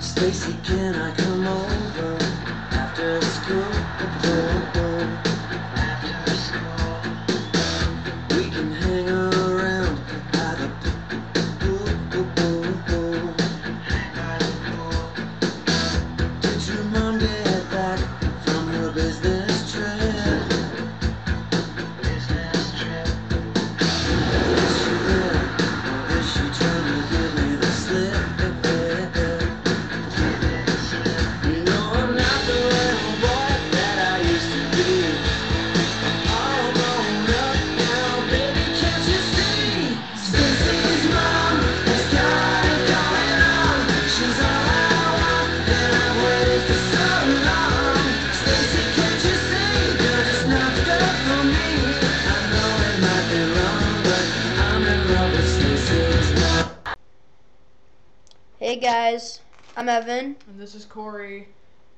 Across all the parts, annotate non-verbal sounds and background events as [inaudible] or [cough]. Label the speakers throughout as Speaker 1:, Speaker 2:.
Speaker 1: Stacy, can I come over after school? After school, we can hang around by the pool. Did your mom get back from her business trip? Business trip. Is she there? Or is she trying to give me the slip? You know I'm not the little boy that I used to be. All grown up now, baby, can't you see? Stacy's mom has got it going on. She's all I want, and I've waited for so long. Stacy, can't you see? You're just not good for me. I know it might be wrong, but I'm in love with Stacy's mom.
Speaker 2: Hey guys, I'm Evan.
Speaker 3: And this is Corey,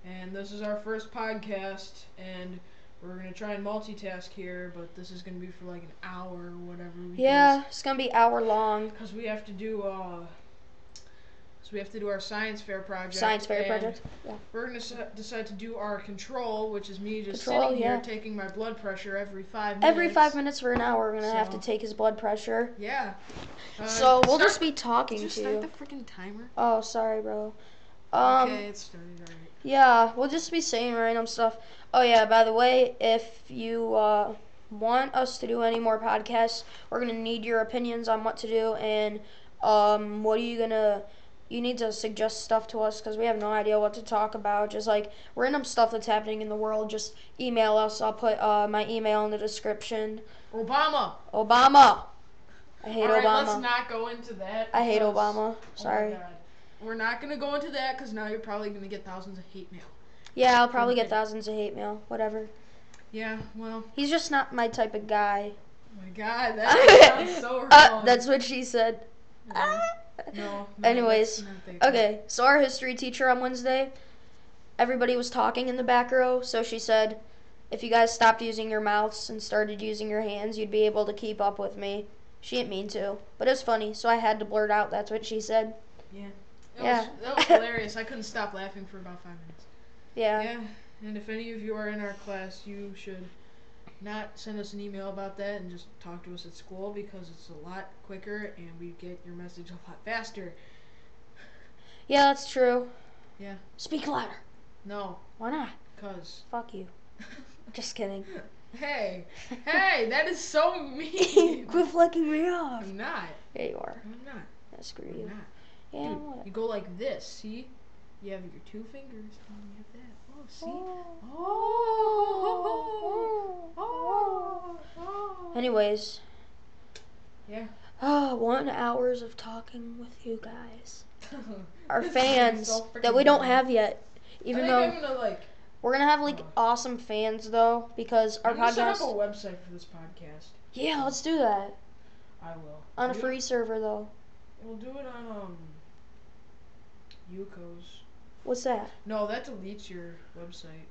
Speaker 3: and this is our first podcast, and we're gonna try and multitask here, but this is gonna be for like an hour or whatever. Because,
Speaker 2: Yeah, it's gonna be hour long.
Speaker 3: Because we have to do uh, so we have to do our science fair project.
Speaker 2: Science fair
Speaker 3: and
Speaker 2: project.
Speaker 3: We're gonna s- decide to do our control, which is me just
Speaker 2: Control,
Speaker 3: sitting here
Speaker 2: yeah.
Speaker 3: taking my blood pressure every five minutes.
Speaker 2: Every five minutes for an hour, we're gonna have to
Speaker 3: So-
Speaker 2: take his blood pressure.
Speaker 3: Yeah. Uh,
Speaker 2: so we'll
Speaker 3: start-
Speaker 2: just be talking
Speaker 3: Did you
Speaker 2: to
Speaker 3: start
Speaker 2: you.
Speaker 3: the freaking timer?
Speaker 2: Oh, sorry, bro. Um,
Speaker 3: okay, it started already.
Speaker 2: yeah, we'll just be saying random stuff. Oh yeah, by the way, if you uh, want us to do any more podcasts, we're gonna need your opinions on what to do and um, what are you gonna. You need to suggest stuff to us because we have no idea what to talk about. Just like random stuff that's happening in the world, just email us. I'll put uh, my email in the description.
Speaker 3: Obama.
Speaker 2: Obama. I hate
Speaker 3: All right, let's
Speaker 2: Obama.
Speaker 3: not go into that.
Speaker 2: I hate
Speaker 3: because-
Speaker 2: Obama.
Speaker 3: Oh my
Speaker 2: Sorry.
Speaker 3: God. We're not gonna go into that because now you're probably gonna get thousands of hate mail.
Speaker 2: yeah, I'll probably get
Speaker 3: Okay.
Speaker 2: thousands of hate mail. Whatever.
Speaker 3: Yeah, well,
Speaker 2: He's just not my type of guy.
Speaker 3: my
Speaker 2: [laughs]
Speaker 3: God, that sounds so wrong.
Speaker 2: Uh, that's what she said.
Speaker 3: Yeah.
Speaker 2: Ah. [laughs]
Speaker 3: no. no,
Speaker 2: Anyways,
Speaker 3: that's not the-
Speaker 2: Okay, so our history teacher on Wednesday, everybody was talking in the back row, so she said, if you guys stopped using your mouths and started using your hands, you'd be able to keep up with me. She didn't mean to, but it was funny, so I had to blurt out that's what she said.
Speaker 3: That
Speaker 2: yeah.
Speaker 3: was, that was hilarious. I couldn't stop laughing for about five minutes.
Speaker 2: Yeah.
Speaker 3: Yeah, and if any of you are in our class, you should not send us an email about that and just talk to us at school because it's a lot quicker and we get your message a lot faster.
Speaker 2: Yeah, that's true.
Speaker 3: Yeah.
Speaker 2: Speak louder.
Speaker 3: No,
Speaker 2: Why not?
Speaker 3: cause.
Speaker 2: Fuck
Speaker 3: [laughs]
Speaker 2: you. [laughs] Just kidding.
Speaker 3: Hey, hey, that is
Speaker 2: [laughs]
Speaker 3: so mean.
Speaker 2: Quit flicking me off.
Speaker 3: I'm not.
Speaker 2: Yeah, you are.
Speaker 3: I'm not.
Speaker 2: Yeah, screw
Speaker 3: I'm
Speaker 2: you.
Speaker 3: not.
Speaker 2: Yeah,
Speaker 3: Dude,
Speaker 2: whatever.
Speaker 3: you go like this. See? You have your two fingers. And you have that. Oh, see? Oh. Oh. oh.
Speaker 2: Anyways.
Speaker 3: Yeah.
Speaker 2: Ah, one hours of talking with you
Speaker 3: [laughs]
Speaker 2: guys. Our
Speaker 3: Oh. This is
Speaker 2: fans
Speaker 3: so freaking
Speaker 2: that we don't
Speaker 3: dumb.
Speaker 2: have yet. Even
Speaker 3: I think
Speaker 2: though
Speaker 3: I'm gonna like.
Speaker 2: we're gonna have like
Speaker 3: Oh.
Speaker 2: awesome fans though, because our
Speaker 3: I'm gonna set up a
Speaker 2: podcast.
Speaker 3: website for this podcast.
Speaker 2: Yeah, let's do that
Speaker 3: I will.
Speaker 2: on a
Speaker 3: We-
Speaker 2: free server though.
Speaker 3: We'll do it on um. Yuko's.
Speaker 2: What's that,
Speaker 3: No, that deletes your website.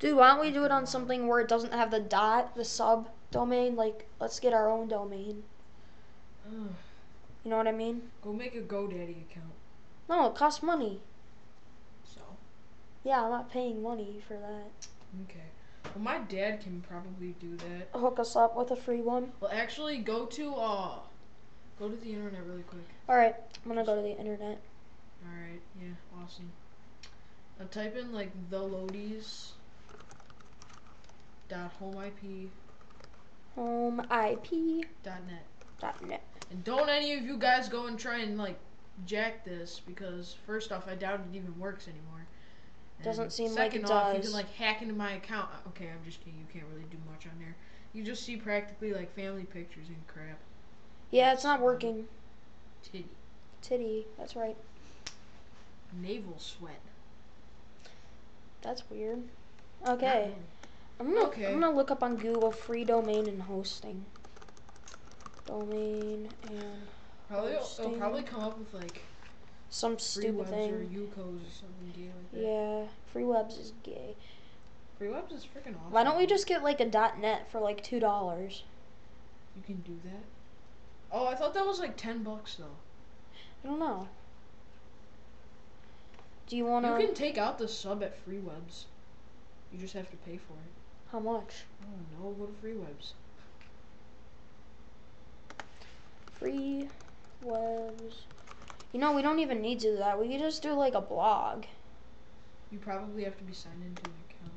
Speaker 2: dude? Why don't we do it on something where it doesn't have the dot, the sub domain? Like, let's get our own domain.
Speaker 3: Ugh.
Speaker 2: You know what I mean?
Speaker 3: Go make a GoDaddy account.
Speaker 2: No, it costs money.
Speaker 3: So.
Speaker 2: Yeah, I'm not paying money for that.
Speaker 3: Okay. Well, my dad can probably do that.
Speaker 2: Hook us up with a free one.
Speaker 3: Well, actually, go to uh, go to the internet really quick.
Speaker 2: All right, I'm gonna go to the internet.
Speaker 3: All right. Yeah. Awesome. Now type in like the Lodies. Dot home IP
Speaker 2: HomeIP.net.
Speaker 3: dot net. And don't any of you guys go and try and like jack this because first off, I doubt it even works anymore. And
Speaker 2: Doesn't seem like
Speaker 3: second
Speaker 2: it
Speaker 3: off, You
Speaker 2: does.
Speaker 3: can like hack into my account. Uh, Okay, I'm just kidding. You can't really do much on there. You just see practically like family pictures and crap.
Speaker 2: Yeah, it's not working.
Speaker 3: Titty.
Speaker 2: Titty. That's right.
Speaker 3: Navel sweat.
Speaker 2: That's weird. Okay. I'm gonna
Speaker 3: Okay.
Speaker 2: I'm gonna look up on Google free domain and hosting. Domain and
Speaker 3: Probably it'll
Speaker 2: Hosting.
Speaker 3: probably come up with like
Speaker 2: some
Speaker 3: free
Speaker 2: stupid
Speaker 3: webs or
Speaker 2: thing.
Speaker 3: UCOs or something gay like that.
Speaker 2: Yeah, free webs is gay.
Speaker 3: Free webs is freaking awesome.
Speaker 2: Why don't we just get like a .net for like two dollars?
Speaker 3: You can do that. Oh, I thought that was like ten bucks though.
Speaker 2: I don't know. Do you wanna?
Speaker 3: You can take out the sub at free webs. You just have to pay for it.
Speaker 2: How much?
Speaker 3: Oh no, go to free webs.
Speaker 2: Free webs. You know we don't even need to do that. We could just do like a blog
Speaker 3: You probably have to be signed into an account.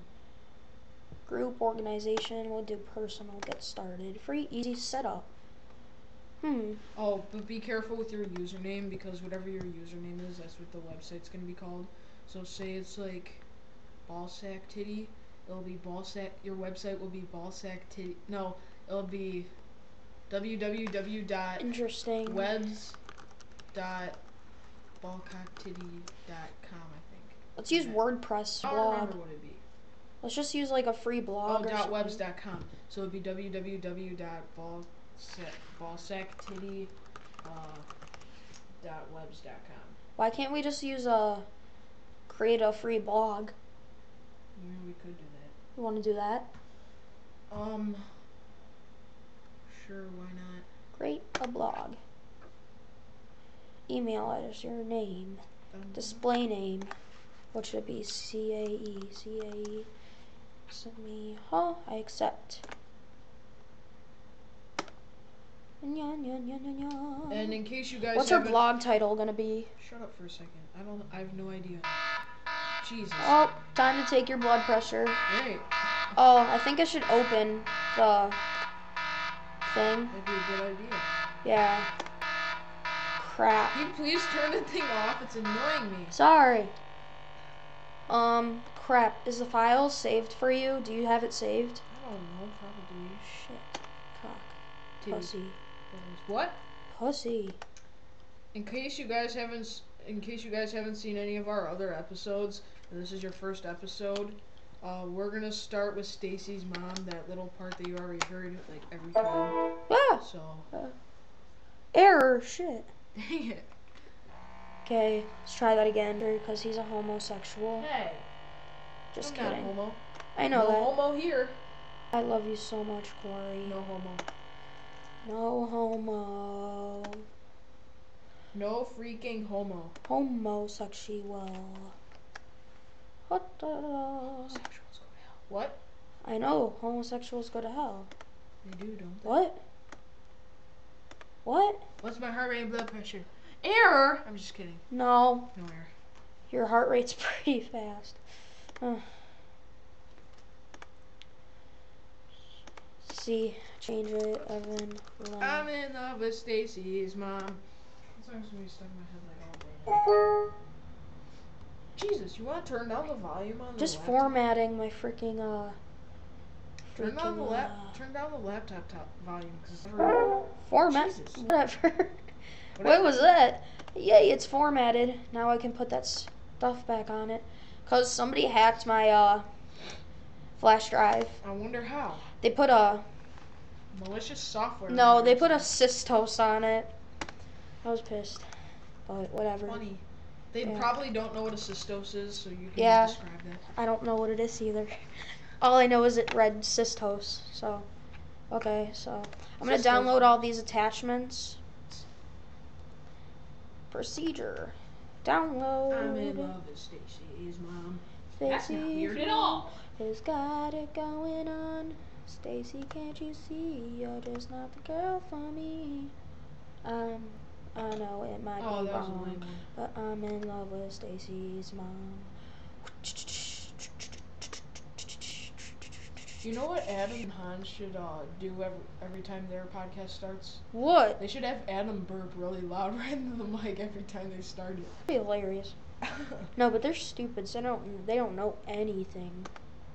Speaker 2: group organization. We'll do personal. Get started. Free easy setup. Hmm.
Speaker 3: Oh, but be careful with your username because whatever your username is, that's what the website's gonna be called. So say it's like ballsack titty, it'll be ballsack. Your website will be ballsack titty. No, it'll be www dot
Speaker 2: Interesting.
Speaker 3: webs dot ballcocktitty dot com. I think.
Speaker 2: Let's use WordPress
Speaker 3: I don't
Speaker 2: blog.
Speaker 3: remember what it'd be.
Speaker 2: Let's just use like a free
Speaker 3: Oh,
Speaker 2: blog. or
Speaker 3: dot webs
Speaker 2: something.
Speaker 3: dot com. So it'd be www dot ballsack ballsack titty uh, dot webs dot com.
Speaker 2: Why can't we just use a create a free blog?
Speaker 3: Yeah, we could do that.
Speaker 2: You want to do that?
Speaker 3: Um, sure, why not?
Speaker 2: Create a blog. Email address, your name,
Speaker 3: Um,
Speaker 2: display name. What should it be? C A E C A E. Send me. Huh? I accept. Nyan, nyan, nyan, nyan, nyan.
Speaker 3: and in case you guys
Speaker 2: What's our
Speaker 3: haven't-
Speaker 2: blog title gonna be?
Speaker 3: Shut up for a second. I don't. I have no idea. Jesus.
Speaker 2: Oh, time to take your blood pressure.
Speaker 3: Right.
Speaker 2: Oh, I think I should open the thing.
Speaker 3: That'd be a good idea.
Speaker 2: Yeah. Crap.
Speaker 3: Can you please turn the thing off? It's annoying me.
Speaker 2: Sorry. Um, crap. Is the file saved for you? Do you have it saved?
Speaker 3: I don't know. Probably.
Speaker 2: Shit. Cock.
Speaker 3: Titty
Speaker 2: Pussy.
Speaker 3: balls. What?
Speaker 2: Pussy.
Speaker 3: In case you guys haven't. s- In case you guys haven't seen any of our other episodes, and this is your first episode, uh, we're gonna start with Stacy's mom. That little part that you already heard, like every time.
Speaker 2: Ah!
Speaker 3: So. [laughs]
Speaker 2: Error. Shit.
Speaker 3: Dang it.
Speaker 2: Okay, let's try that again because he's a homosexual.
Speaker 3: Hey,
Speaker 2: Just
Speaker 3: I'm
Speaker 2: kidding.
Speaker 3: not homo.
Speaker 2: I know
Speaker 3: no
Speaker 2: that.
Speaker 3: homo here.
Speaker 2: I love you so much, Corey.
Speaker 3: No homo.
Speaker 2: No homo.
Speaker 3: No freaking homo.
Speaker 2: Homosexual. Hot dog.
Speaker 3: Homosexuals go to hell. What?
Speaker 2: I know homosexuals go to hell.
Speaker 3: They do, don't they?
Speaker 2: What? What?
Speaker 3: What's my heart rate and blood pressure? Error. I'm just kidding.
Speaker 2: No,
Speaker 3: No error.
Speaker 2: your heart rate's [laughs] pretty fast. Ugh. See, change it, Evan. Lynn.
Speaker 3: I'm in love with Stacy's mom. That song's gonna be stuck in my head like all day. Jesus, you wanna turn down the volume on
Speaker 2: Just
Speaker 3: the laptop?
Speaker 2: formatting my freaking uh.
Speaker 3: Turn down the
Speaker 2: freaking,
Speaker 3: lap.
Speaker 2: uh,
Speaker 3: Turn down the laptop top volume because
Speaker 2: format. [laughs]
Speaker 3: Jesus.
Speaker 2: Whatever. what was that? Yay, it's formatted. Now I can put that stuff back on it. Cause somebody hacked my uh flash drive.
Speaker 3: I wonder how.
Speaker 2: They put a
Speaker 3: Malicious software.
Speaker 2: No, they
Speaker 3: virus.
Speaker 2: put a cis toast on it. I was pissed, but whatever.
Speaker 3: Funny. They
Speaker 2: Yeah.
Speaker 3: probably don't know what a cystos is, so you can
Speaker 2: Yeah.
Speaker 3: describe that.
Speaker 2: I don't know what it is either. All I know is it read cis toast. So, okay, so I'm gonna
Speaker 3: Cis toast.
Speaker 2: download all these attachments. Procedure.
Speaker 3: I'm in
Speaker 2: Download.
Speaker 3: love with Stacy's mom. That's
Speaker 2: Stacy
Speaker 3: not weird at all.
Speaker 2: has got it going on. Stacy, can't you see you're just not the girl for me? Um, I know it might
Speaker 3: Oh,
Speaker 2: be
Speaker 3: that was a
Speaker 2: wrong.
Speaker 3: lame one.
Speaker 2: But I'm in love with Stacy's mom.
Speaker 3: You know what Adam and Han should uh, do every, every time their podcast starts?
Speaker 2: What?
Speaker 3: They should have Adam burp really loud [laughs] right into the mic every time they start it.
Speaker 2: That'd be hilarious. No, but they're stupid. So they don't. They don't know anything.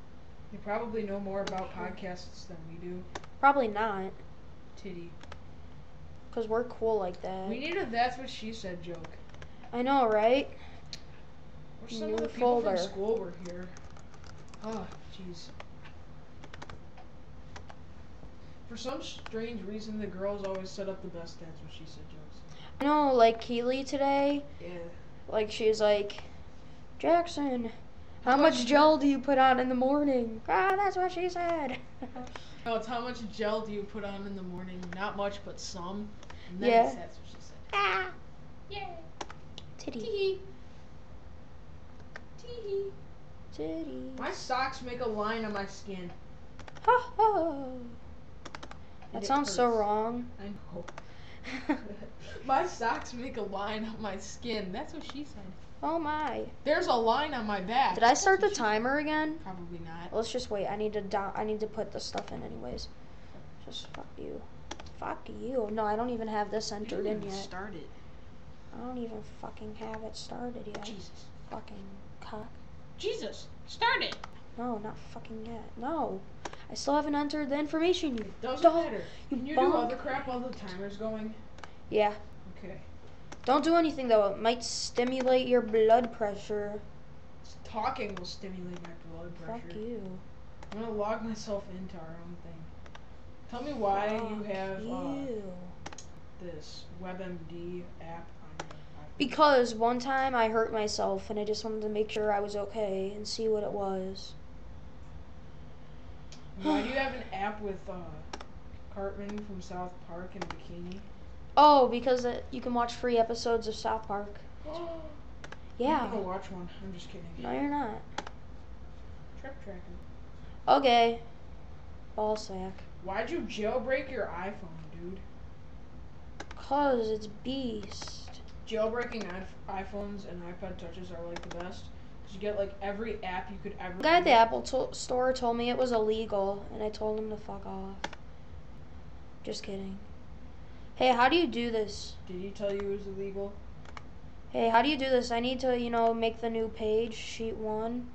Speaker 3: [laughs] they probably know more about podcasts than we do.
Speaker 2: Probably not,
Speaker 3: Titty.
Speaker 2: cause we're cool like
Speaker 3: We
Speaker 2: that.
Speaker 3: need a That's What She Said joke.
Speaker 2: I know, right?
Speaker 3: Or some
Speaker 2: New
Speaker 3: of the people
Speaker 2: folder.
Speaker 3: from school were here. Oh, Ah, jeez. For some strange reason, the girls always set up the best That's what she said jokes.
Speaker 2: I know, like Keely today,
Speaker 3: Yeah.
Speaker 2: like she's like, Jackson, how much gel do you put on in the morning? Ah, that's what she
Speaker 3: [laughs]
Speaker 2: said.
Speaker 3: No, it's how much gel do you put on in the morning? Not much, but some. And then
Speaker 2: Yeah.
Speaker 3: That's what she said.
Speaker 2: ah,
Speaker 3: Yeah.
Speaker 2: titty,
Speaker 3: Tee. Tee.
Speaker 2: titty.
Speaker 3: My socks make a line on my skin.
Speaker 2: Ha ha.
Speaker 3: And
Speaker 2: That
Speaker 3: it
Speaker 2: sounds so
Speaker 3: hurts.
Speaker 2: wrong. [laughs]
Speaker 3: I know. [laughs] my socks make a line on my skin. That's what she said.
Speaker 2: oh my.
Speaker 3: There's a line on my back.
Speaker 2: Did I start the Oh,
Speaker 3: That's what
Speaker 2: timer again?
Speaker 3: she- Probably not.
Speaker 2: Let's just wait. I need to down, I need to put this stuff in anyways. Just fuck you. Fuck you. No, I don't even have this
Speaker 3: You
Speaker 2: entered
Speaker 3: didn't
Speaker 2: in
Speaker 3: even
Speaker 2: yet.
Speaker 3: start it.
Speaker 2: I don't even fucking have it started yet.
Speaker 3: Jesus.
Speaker 2: Fucking cock.
Speaker 3: Jesus. Start it.
Speaker 2: No, not fucking yet. No. I still haven't entered the information, you
Speaker 3: Doesn't
Speaker 2: dog.
Speaker 3: matter.
Speaker 2: You
Speaker 3: Can you do
Speaker 2: bonk.
Speaker 3: other crap while the timer's going?
Speaker 2: Yeah.
Speaker 3: Okay.
Speaker 2: Don't do anything though. It might stimulate your blood pressure.
Speaker 3: Talking will stimulate my blood pressure.
Speaker 2: Fuck you.
Speaker 3: I'm gonna log myself into our own thing. Tell me why you
Speaker 2: Fuck
Speaker 3: have uh,
Speaker 2: you.
Speaker 3: this WebMD app on your iPhone.
Speaker 2: Because one time I hurt myself and I just wanted to make sure I was okay and see what it was.
Speaker 3: why do you have an app with uh, Cartman from South Park in
Speaker 2: [gasps]
Speaker 3: a bikini?
Speaker 2: Oh, because it, you can watch free episodes of South Park.
Speaker 3: I'm
Speaker 2: Yeah.
Speaker 3: gonna watch one. I'm just kidding.
Speaker 2: No, you're not.
Speaker 3: Trip tracking.
Speaker 2: Okay. Ball sack.
Speaker 3: Why'd you jailbreak your iPhone, dude?
Speaker 2: Cause it's beast.
Speaker 3: Jailbreaking iP- iPhones and iPod touches are like the best. Cause you get like every app you could ever.
Speaker 2: The guy at the Apple to- store told me it was illegal, and I told him to fuck off. Just kidding. Hey, how do you do this?
Speaker 3: Did he tell you it was illegal?
Speaker 2: Hey, how do you do this? I need to, you know, make the new page, sheet one.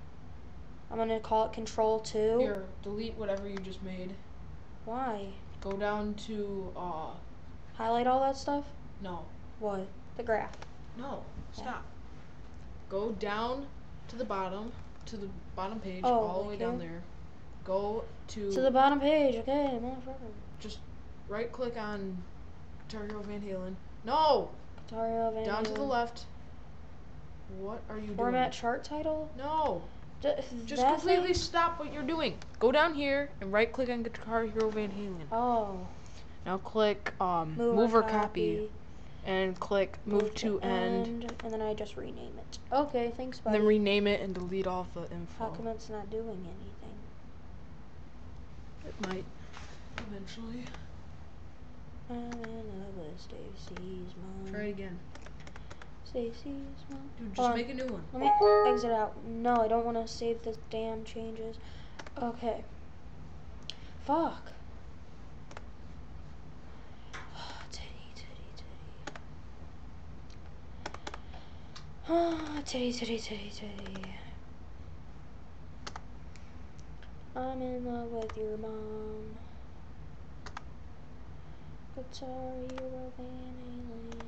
Speaker 2: I'm gonna call it control two.
Speaker 3: Here, delete whatever you just made.
Speaker 2: Why?
Speaker 3: Go down to uh,
Speaker 2: Highlight all that stuff?
Speaker 3: no,
Speaker 2: What? The graph.
Speaker 3: No,
Speaker 2: Yeah.
Speaker 3: stop. Go down to the bottom, to the bottom page,
Speaker 2: Oh,
Speaker 3: all the way
Speaker 2: like
Speaker 3: down there. Go to,
Speaker 2: To the bottom page, okay, motherfucker.
Speaker 3: right click on Dario Van Halen. No,
Speaker 2: Guitar Hero,
Speaker 3: down to the
Speaker 2: Vanguard.
Speaker 3: left. What are you
Speaker 2: Format chart title?
Speaker 3: doing? No,
Speaker 2: D-
Speaker 3: just
Speaker 2: that
Speaker 3: completely
Speaker 2: thing?
Speaker 3: stop what you're doing. Go down here and right click on Guitar Hero Van Halen.
Speaker 2: Oh.
Speaker 3: Now click um, move, or copy. and click move, to, end,
Speaker 2: And then I just rename it. Okay, thanks,
Speaker 3: and
Speaker 2: buddy.
Speaker 3: then rename it and delete all the info.
Speaker 2: How come it's not doing anything?
Speaker 3: It might eventually.
Speaker 2: I'm in love with Stacy's mom.
Speaker 3: Try it again.
Speaker 2: Stacy's mom.
Speaker 3: Dude, just
Speaker 2: Hold on.
Speaker 3: make a new one.
Speaker 2: Let me exit out. No, I don't want to save the damn changes. Okay. Fuck. [sighs] Ah, titty, titty, titty. Ah, titty, [sighs] titty, titty, titty. I'm in love with your mom. Guitar Hero Van Halen.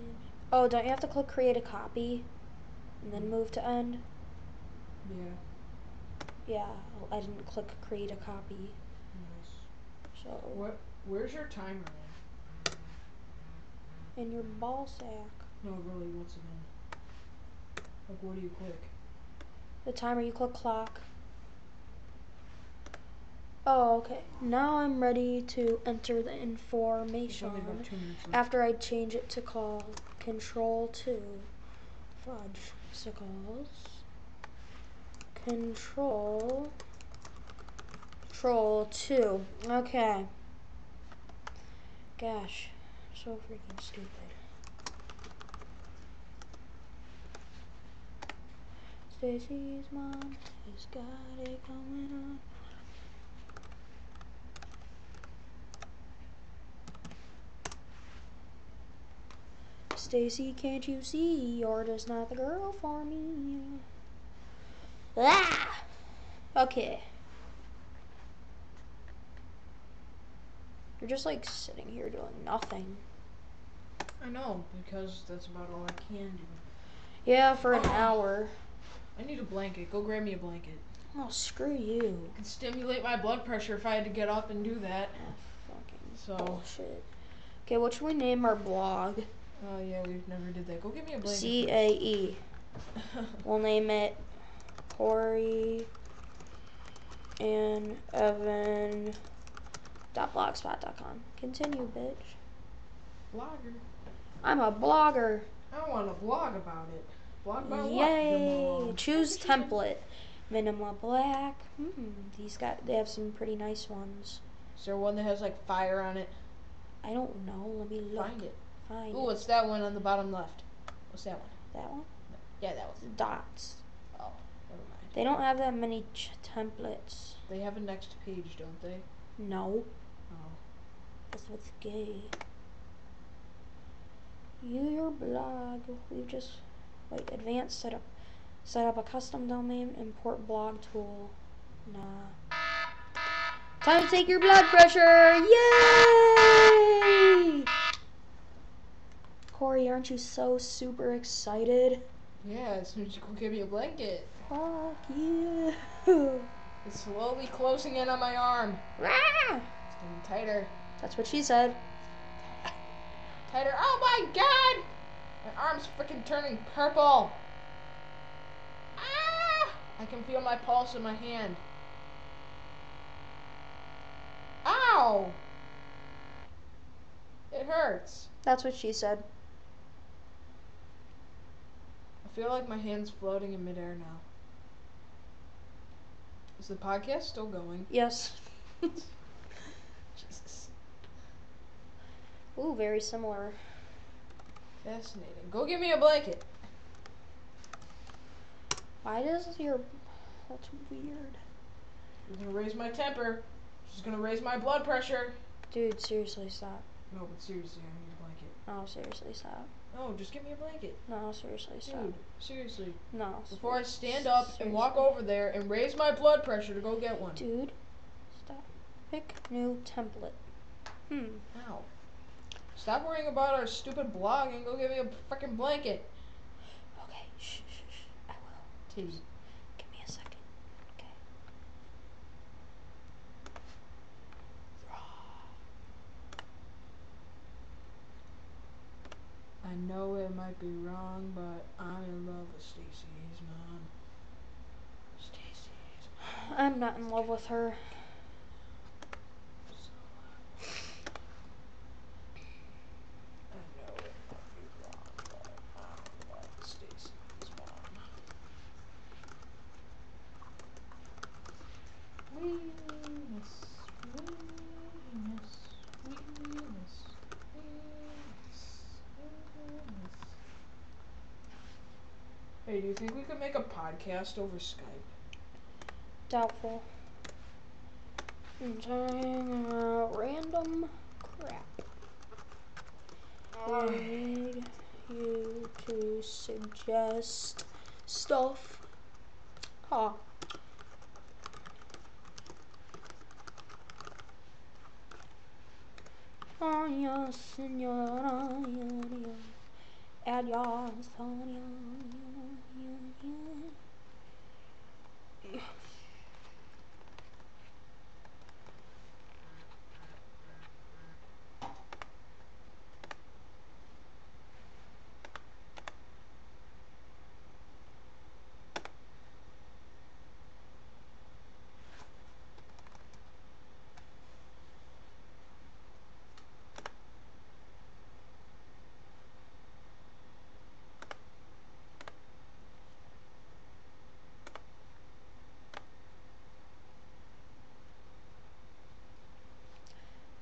Speaker 2: Oh, don't you have to click create a copy? And then move to end?
Speaker 3: Yeah.
Speaker 2: Yeah, well, I didn't click create a copy,
Speaker 3: Nice.
Speaker 2: so
Speaker 3: What? Where's your timer? at?
Speaker 2: in your ball sack,
Speaker 3: No, really. What's it in? Like, what do you click?
Speaker 2: the timer you click clock. Oh, okay. Now I'm ready to enter the
Speaker 3: It's only about
Speaker 2: information
Speaker 3: two minutes. left.
Speaker 2: after I change it to call control two fudge sickles. Control control two. Okay. Gosh, so freaking stupid. Stacy's mom has got it going on. Stacy, can't you see? You're just not the girl for me. Ah! Okay. You're just like sitting here doing nothing.
Speaker 3: I know because that's about all I can do.
Speaker 2: Yeah, for an hour.
Speaker 3: I need a blanket. Go grab me a blanket.
Speaker 2: Oh, screw you.
Speaker 3: It could stimulate my blood pressure if I had to get up and do that.
Speaker 2: Oh, Fucking
Speaker 3: So,
Speaker 2: Bullshit. Okay, what should we name our blog?
Speaker 3: uh, yeah, we've never did that. Go get me a blanket. [laughs]
Speaker 2: C A E. We'll name it Corey and Evan. Dot blogspot.com. Continue, bitch.
Speaker 3: Blogger.
Speaker 2: I'm a blogger.
Speaker 3: I want to blog about it. Blog about what?
Speaker 2: Yay!
Speaker 3: Jamal?
Speaker 2: Choose template. Minima black. Hmm. These got they have some pretty nice ones.
Speaker 3: Is there one that has like fire on it?
Speaker 2: I don't know. Let me look.
Speaker 3: Find it.
Speaker 2: Find
Speaker 3: Ooh,
Speaker 2: it.
Speaker 3: what's that one on the bottom left? What's that one?
Speaker 2: that one.
Speaker 3: Yeah, that one.
Speaker 2: Dots.
Speaker 3: Oh, never mind.
Speaker 2: They don't have that many ch- templates.
Speaker 3: They have a next page, don't they?
Speaker 2: No.
Speaker 3: Oh.
Speaker 2: That's what's gay. Your blog. We just wait. Advanced setup. Set up a custom domain. Import blog tool. Nah. Time to take your blood pressure. Yay! Corey, aren't you so super excited?
Speaker 3: Yeah, [laughs] as soon as you go get me a blanket.
Speaker 2: Fuck yeah!
Speaker 3: It's slowly closing in on my arm.
Speaker 2: Rah!
Speaker 3: It's getting tighter.
Speaker 2: [laughs] That's what she said.
Speaker 3: Tighter. Oh my god! My arm's freaking turning purple. Ah! I can feel my pulse in my hand. Ow! It hurts.
Speaker 2: That's what she said.
Speaker 3: I feel like my hand's floating in midair now. Is the podcast still going?
Speaker 2: Yes. [laughs]
Speaker 3: Jesus.
Speaker 2: Ooh, very similar.
Speaker 3: Fascinating. Go get me a blanket.
Speaker 2: Why does your that's weird.
Speaker 3: You're gonna raise my temper. She's gonna raise my blood pressure.
Speaker 2: Dude, seriously stop.
Speaker 3: No, but seriously, I need a blanket.
Speaker 2: No, seriously stop.
Speaker 3: No, just get me a blanket.
Speaker 2: No, seriously stop.
Speaker 3: Dude, seriously.
Speaker 2: No.
Speaker 3: Before I
Speaker 2: ser-
Speaker 3: stand up and walk
Speaker 2: seriously.
Speaker 3: over there and raise my blood pressure to go get one.
Speaker 2: Dude, stop. Pick new template. Hmm.
Speaker 3: Ow. Stop worrying about our stupid blog and go get me a freaking blanket.
Speaker 2: Okay. Shh, shh, shh. I will.
Speaker 3: Titty.
Speaker 2: Give me a second. Okay.
Speaker 3: I know it might be wrong, but I'm in love with Stacy's mom. Stacy's
Speaker 2: I'm not in love with her.
Speaker 3: mom's I know it might be wrong, but I'm in love with Stacy's mom. We miss, we miss, we miss, we miss, we miss. Hey, do you think we could make a podcast over Skype?
Speaker 2: Doubtful. I'm trying uh, random crap. I need you to suggest stuff. Huh. Oh, yes, senora, yeah, yeah. Add oh, your son, yeah, yeah, yeah.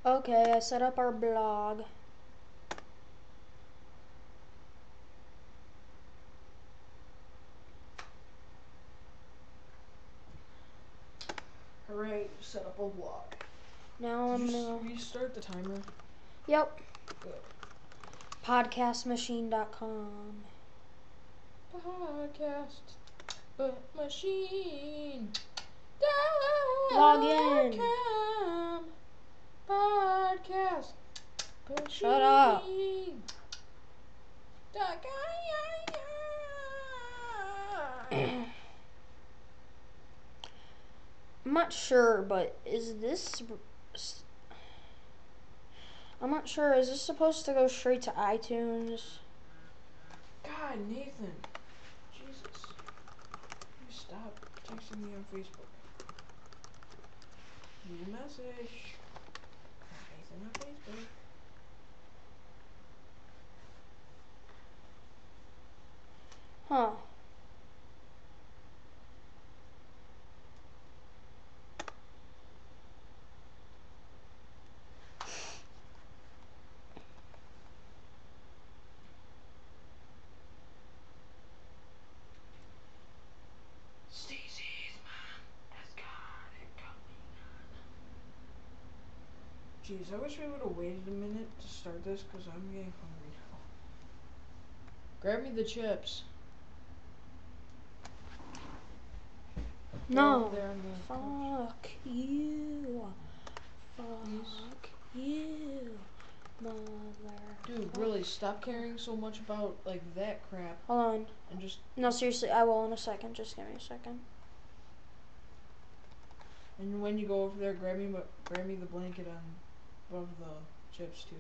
Speaker 2: Okay, I set up our blog.
Speaker 3: Hooray, set up a blog.
Speaker 2: Now I'm
Speaker 3: Did you
Speaker 2: gonna.
Speaker 3: s- restart the timer?
Speaker 2: Yep.
Speaker 3: Good.
Speaker 2: Podcastmachine.com.
Speaker 3: Podcast but machine.
Speaker 2: Log in.
Speaker 3: .com. Podcast
Speaker 2: Shut up.
Speaker 3: machine. Dot com.
Speaker 2: I'm not sure, but is this. r- s- I'm not sure. Is this supposed to go straight to iTunes?
Speaker 3: God, Nathan. Jesus. You stop texting me on Facebook. New message. Nathan on Facebook.
Speaker 2: Huh.
Speaker 3: Stacy's mom has gone and got me Jeez, I wish we would have waited a minute to start this because I'm getting hungry now. Grab me the chips.
Speaker 2: No.
Speaker 3: They're on the couch.
Speaker 2: Fuck you. Fuck you. Mother.
Speaker 3: Dude, really, stop caring so much about like that crap
Speaker 2: Hold on.
Speaker 3: and just
Speaker 2: No, seriously, I will in a second. Just give me a second.
Speaker 3: and when you go over there, grab me bu- grab me the blanket on above the chips too.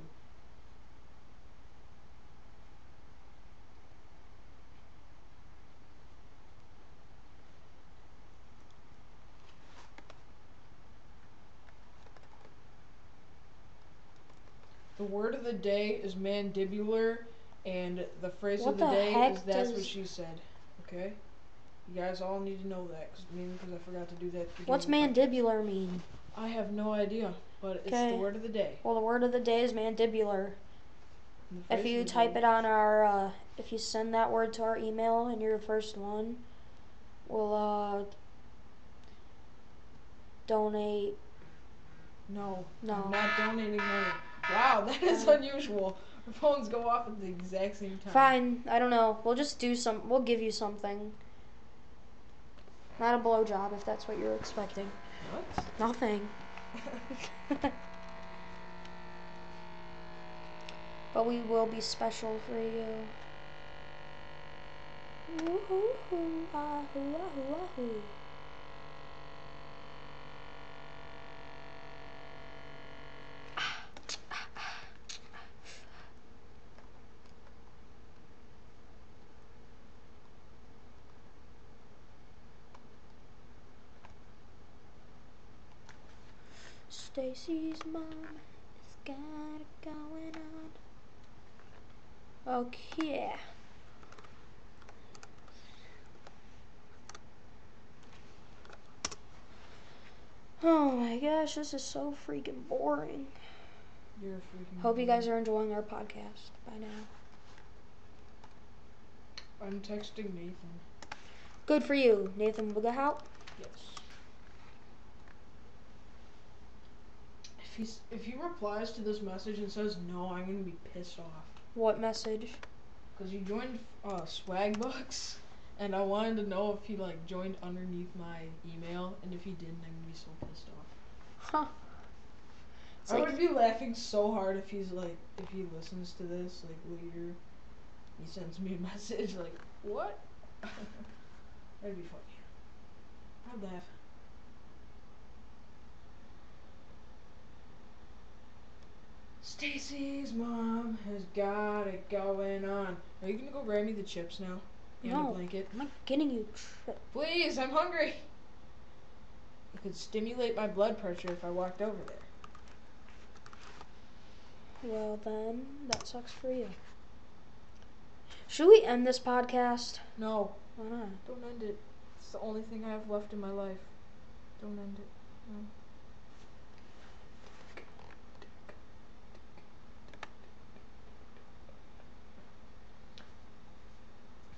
Speaker 3: The word of the day is mandibular, and the phrase
Speaker 2: What
Speaker 3: of the,
Speaker 2: the
Speaker 3: day
Speaker 2: heck
Speaker 3: is that's what
Speaker 2: does-
Speaker 3: she said. Okay, you guys all need to know that, cause, mainly because I forgot to do that. at the
Speaker 2: What's
Speaker 3: beginning of the podcast.
Speaker 2: mandibular mean?
Speaker 3: I have no idea, but it's
Speaker 2: Okay.
Speaker 3: the word of the day.
Speaker 2: Well, the word of the day is mandibular.
Speaker 3: and the
Speaker 2: If
Speaker 3: phrase
Speaker 2: you
Speaker 3: of the
Speaker 2: type
Speaker 3: day-
Speaker 2: it on our, uh, if you send that word to our email and you're the first one, we'll uh, donate.
Speaker 3: no,
Speaker 2: No.
Speaker 3: I'm not donating money. Wow, [laughs] that is
Speaker 2: Um,
Speaker 3: unusual. Our phones go off at the exact same time.
Speaker 2: Fine, I don't know. We'll just do some. We'll give you something. Not a blowjob if that's what you're expecting.
Speaker 3: What? [laughs]
Speaker 2: Nothing. [laughs] but we will be special for you. Woo-hoo-hoo, ah-hoo, ah-hoo, ah-hoo. Stacy's mom has got it going on. Okay. Oh my gosh, this is so freaking boring.
Speaker 3: You're freaking.
Speaker 2: Hope you guys are enjoying our podcast by now.
Speaker 3: I'm texting Nathan.
Speaker 2: Good for you, Nathan Wigahout.
Speaker 3: Yes. If he's if he replies to this message and says no, I'm gonna be pissed off.
Speaker 2: What message?
Speaker 3: Cause you joined uh, Swagbucks, and I wanted to know if he like joined underneath my email, and if he didn't, I'm gonna be so pissed off.
Speaker 2: Huh. It's
Speaker 3: I
Speaker 2: like-
Speaker 3: would be laughing so hard if he's like, if he listens to this like later, he sends me a [laughs] message like, what? [laughs] That'd be funny. I'd laugh. Stacy's mom has got it going on. Are you gonna go grab me the chips now? And
Speaker 2: No.
Speaker 3: a blanket.
Speaker 2: I'm not getting you. tri-
Speaker 3: Please, I'm hungry. It could stimulate my blood pressure if I walked over there.
Speaker 2: Well, then, that sucks for you. Should we end this podcast?
Speaker 3: No.
Speaker 2: Why not?
Speaker 3: Don't end it. It's the only thing I have left in my life. Don't end it. No.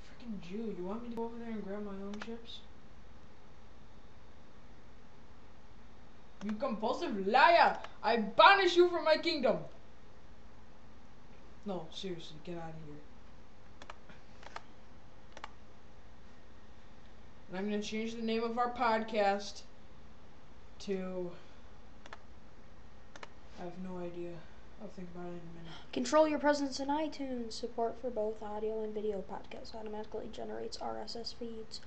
Speaker 3: Freaking Jew, you want me to go over there and grab my own chips? You compulsive liar! I banish you from my kingdom! No, seriously, get out of here. And I'm going to change the name of our podcast to. I have no idea. I'll think about it in a minute.
Speaker 2: Control your presence in iTunes. Support for both audio and video podcasts automatically generates RSS feeds.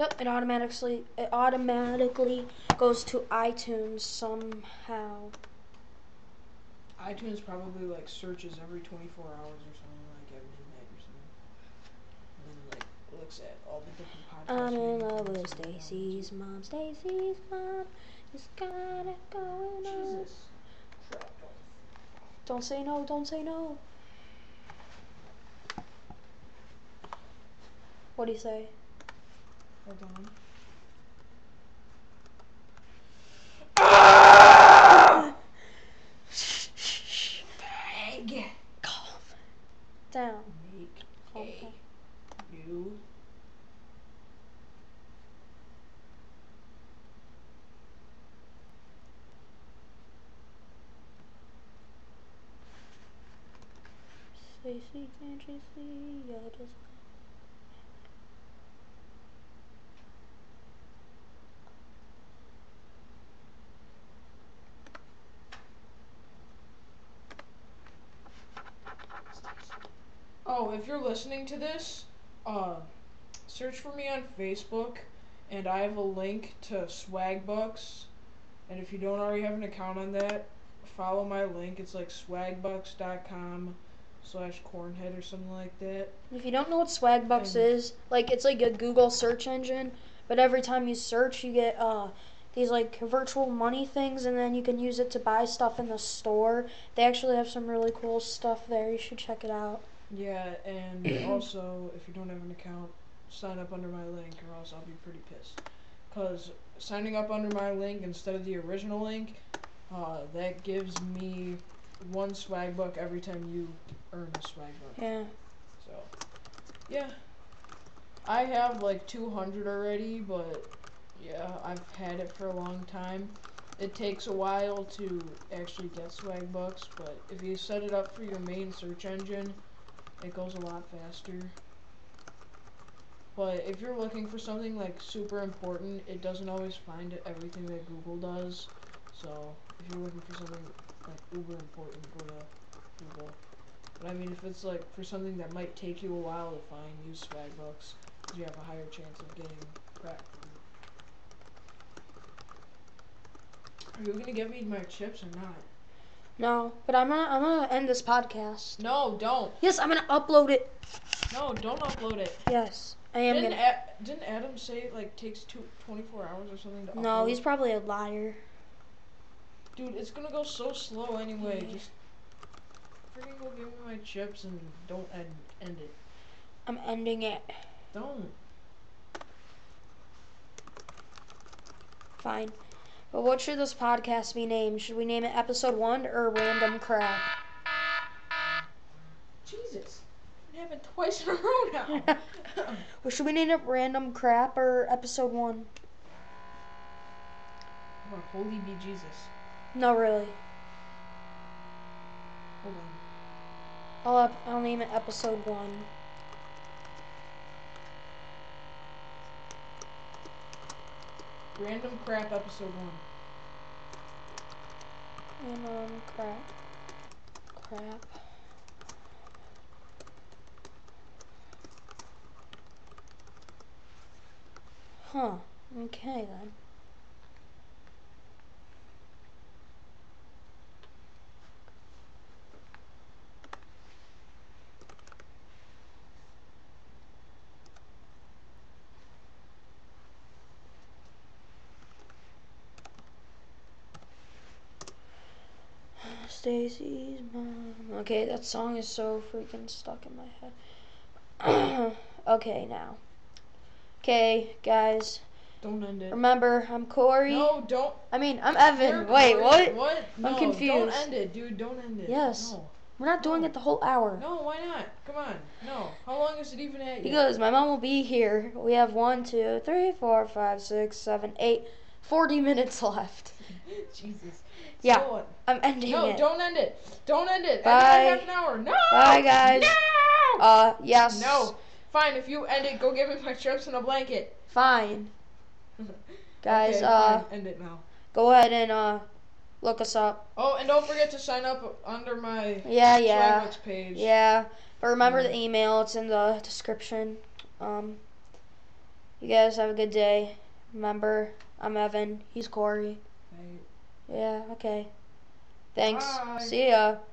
Speaker 2: Yep, it automatically it automatically goes to iTunes somehow.
Speaker 3: iTunes probably like searches every 24 hours or something, like every midnight or something, and then like looks at all the different podcasts.
Speaker 2: I'm in
Speaker 3: we
Speaker 2: love
Speaker 3: do.
Speaker 2: with Stacy's mom. Stacy's mom has got it going on.
Speaker 3: Jesus.
Speaker 2: Don't say no. Don't say no. What do you say?
Speaker 3: Hold on. Egg.
Speaker 2: Calm down.
Speaker 3: Make
Speaker 2: Calm
Speaker 3: a
Speaker 2: down.
Speaker 3: new
Speaker 2: Stacy, can't you see? You're just
Speaker 3: Oh, if you're listening to this, uh, search for me on Facebook, and I have a link to Swagbucks. And if you don't already have an account on that, follow my link. It's like swagbucks.com slash cornhead or something like that.
Speaker 2: If you don't know what Swagbucks
Speaker 3: Mhm.
Speaker 2: is, like it's like a Google search engine, but every time you search, you get uh these like virtual money things, and then you can use it to buy stuff in the store. They actually have some really cool stuff there. You should check it out.
Speaker 3: Yeah, and also, if you don't have an account, sign up under my link, or else I'll be pretty pissed. Because signing up under my link instead of the original link, uh, that gives me one swag buck every time you earn a swag buck.
Speaker 2: Yeah,
Speaker 3: So, yeah. I have like 200 already, but yeah, I've had it for a long time. It takes a while to actually get swag bucks, but if you set it up for your main search engine, it goes a lot faster. But if you're looking for something like super important, it doesn't always find everything that Google does. So if you're looking for something like uber important, go to Google. But I mean, if it's like for something that might take you a while to find, use swag bucks. 'cause You have a higher chance of getting crap. Are you gonna give me my chips or not?
Speaker 2: no, but I'm gonna I'm gonna end this podcast.
Speaker 3: No, don't.
Speaker 2: Yes, I'm gonna upload it.
Speaker 3: No, don't upload it.
Speaker 2: Yes, I am
Speaker 3: didn't,
Speaker 2: gonna.
Speaker 3: A- didn't Adam say it like takes two, 24 hours or something to
Speaker 2: No,
Speaker 3: upload?
Speaker 2: he's probably a liar.
Speaker 3: Dude, it's gonna go so slow anyway.
Speaker 2: Yeah.
Speaker 3: Just freaking go give me my chips and don't end, end it.
Speaker 2: I'm ending it.
Speaker 3: Don't.
Speaker 2: Fine. But what should this podcast be named? Should we name it Episode One or Random Crap?
Speaker 3: Jesus. It happened twice in a row now.
Speaker 2: [laughs]
Speaker 3: [laughs]
Speaker 2: Well, should we name it Random Crap or Episode 1?
Speaker 3: Oh, holy be Jesus.
Speaker 2: No, really.
Speaker 3: Hold on.
Speaker 2: I'll, up, I'll name it Episode 1.
Speaker 3: Random crap episode one.
Speaker 2: Random Crap. Crap. Huh. Okay, then. Stacy's mom. Okay, that song is so freaking stuck in my head. [clears throat] okay, now. Okay, guys.
Speaker 3: Don't end it.
Speaker 2: Remember, I'm Corey.
Speaker 3: No, don't.
Speaker 2: I mean, I'm
Speaker 3: You're
Speaker 2: Evan. Wait,
Speaker 3: Corey.
Speaker 2: what?
Speaker 3: What? No, Don't
Speaker 2: confused.
Speaker 3: end it, dude. Don't end it.
Speaker 2: Yes.
Speaker 3: No.
Speaker 2: We're not doing it the whole hour.
Speaker 3: No, why not? Come on. No. How long is it even at you?
Speaker 2: Because my mom will be here. We have one, two, three, four, five, six, seven, eight, forty minutes [laughs] left.
Speaker 3: [laughs] Jesus.
Speaker 2: Yeah.
Speaker 3: So what?
Speaker 2: I'm ending
Speaker 3: No,
Speaker 2: it.
Speaker 3: don't end it. Don't end it.
Speaker 2: Bye.
Speaker 3: End it at half an hour. No.
Speaker 2: Bye, guys.
Speaker 3: No.
Speaker 2: Uh, yes.
Speaker 3: no. Fine. If you end it, go give me my chips and a blanket. [laughs]
Speaker 2: Fine. Guys,
Speaker 3: Okay,
Speaker 2: uh,
Speaker 3: fine. end it now.
Speaker 2: go ahead and, uh, look us up.
Speaker 3: Oh, and don't forget to sign up under my
Speaker 2: Yeah, yeah.
Speaker 3: Swagbucks page.
Speaker 2: Yeah, but remember
Speaker 3: Yeah.
Speaker 2: the email. It's in the description. Um, you guys have a good day. Remember, I'm Evan. He's Corey.
Speaker 3: Bye.
Speaker 2: Yeah. Okay. Thanks.
Speaker 3: Bye.
Speaker 2: See ya.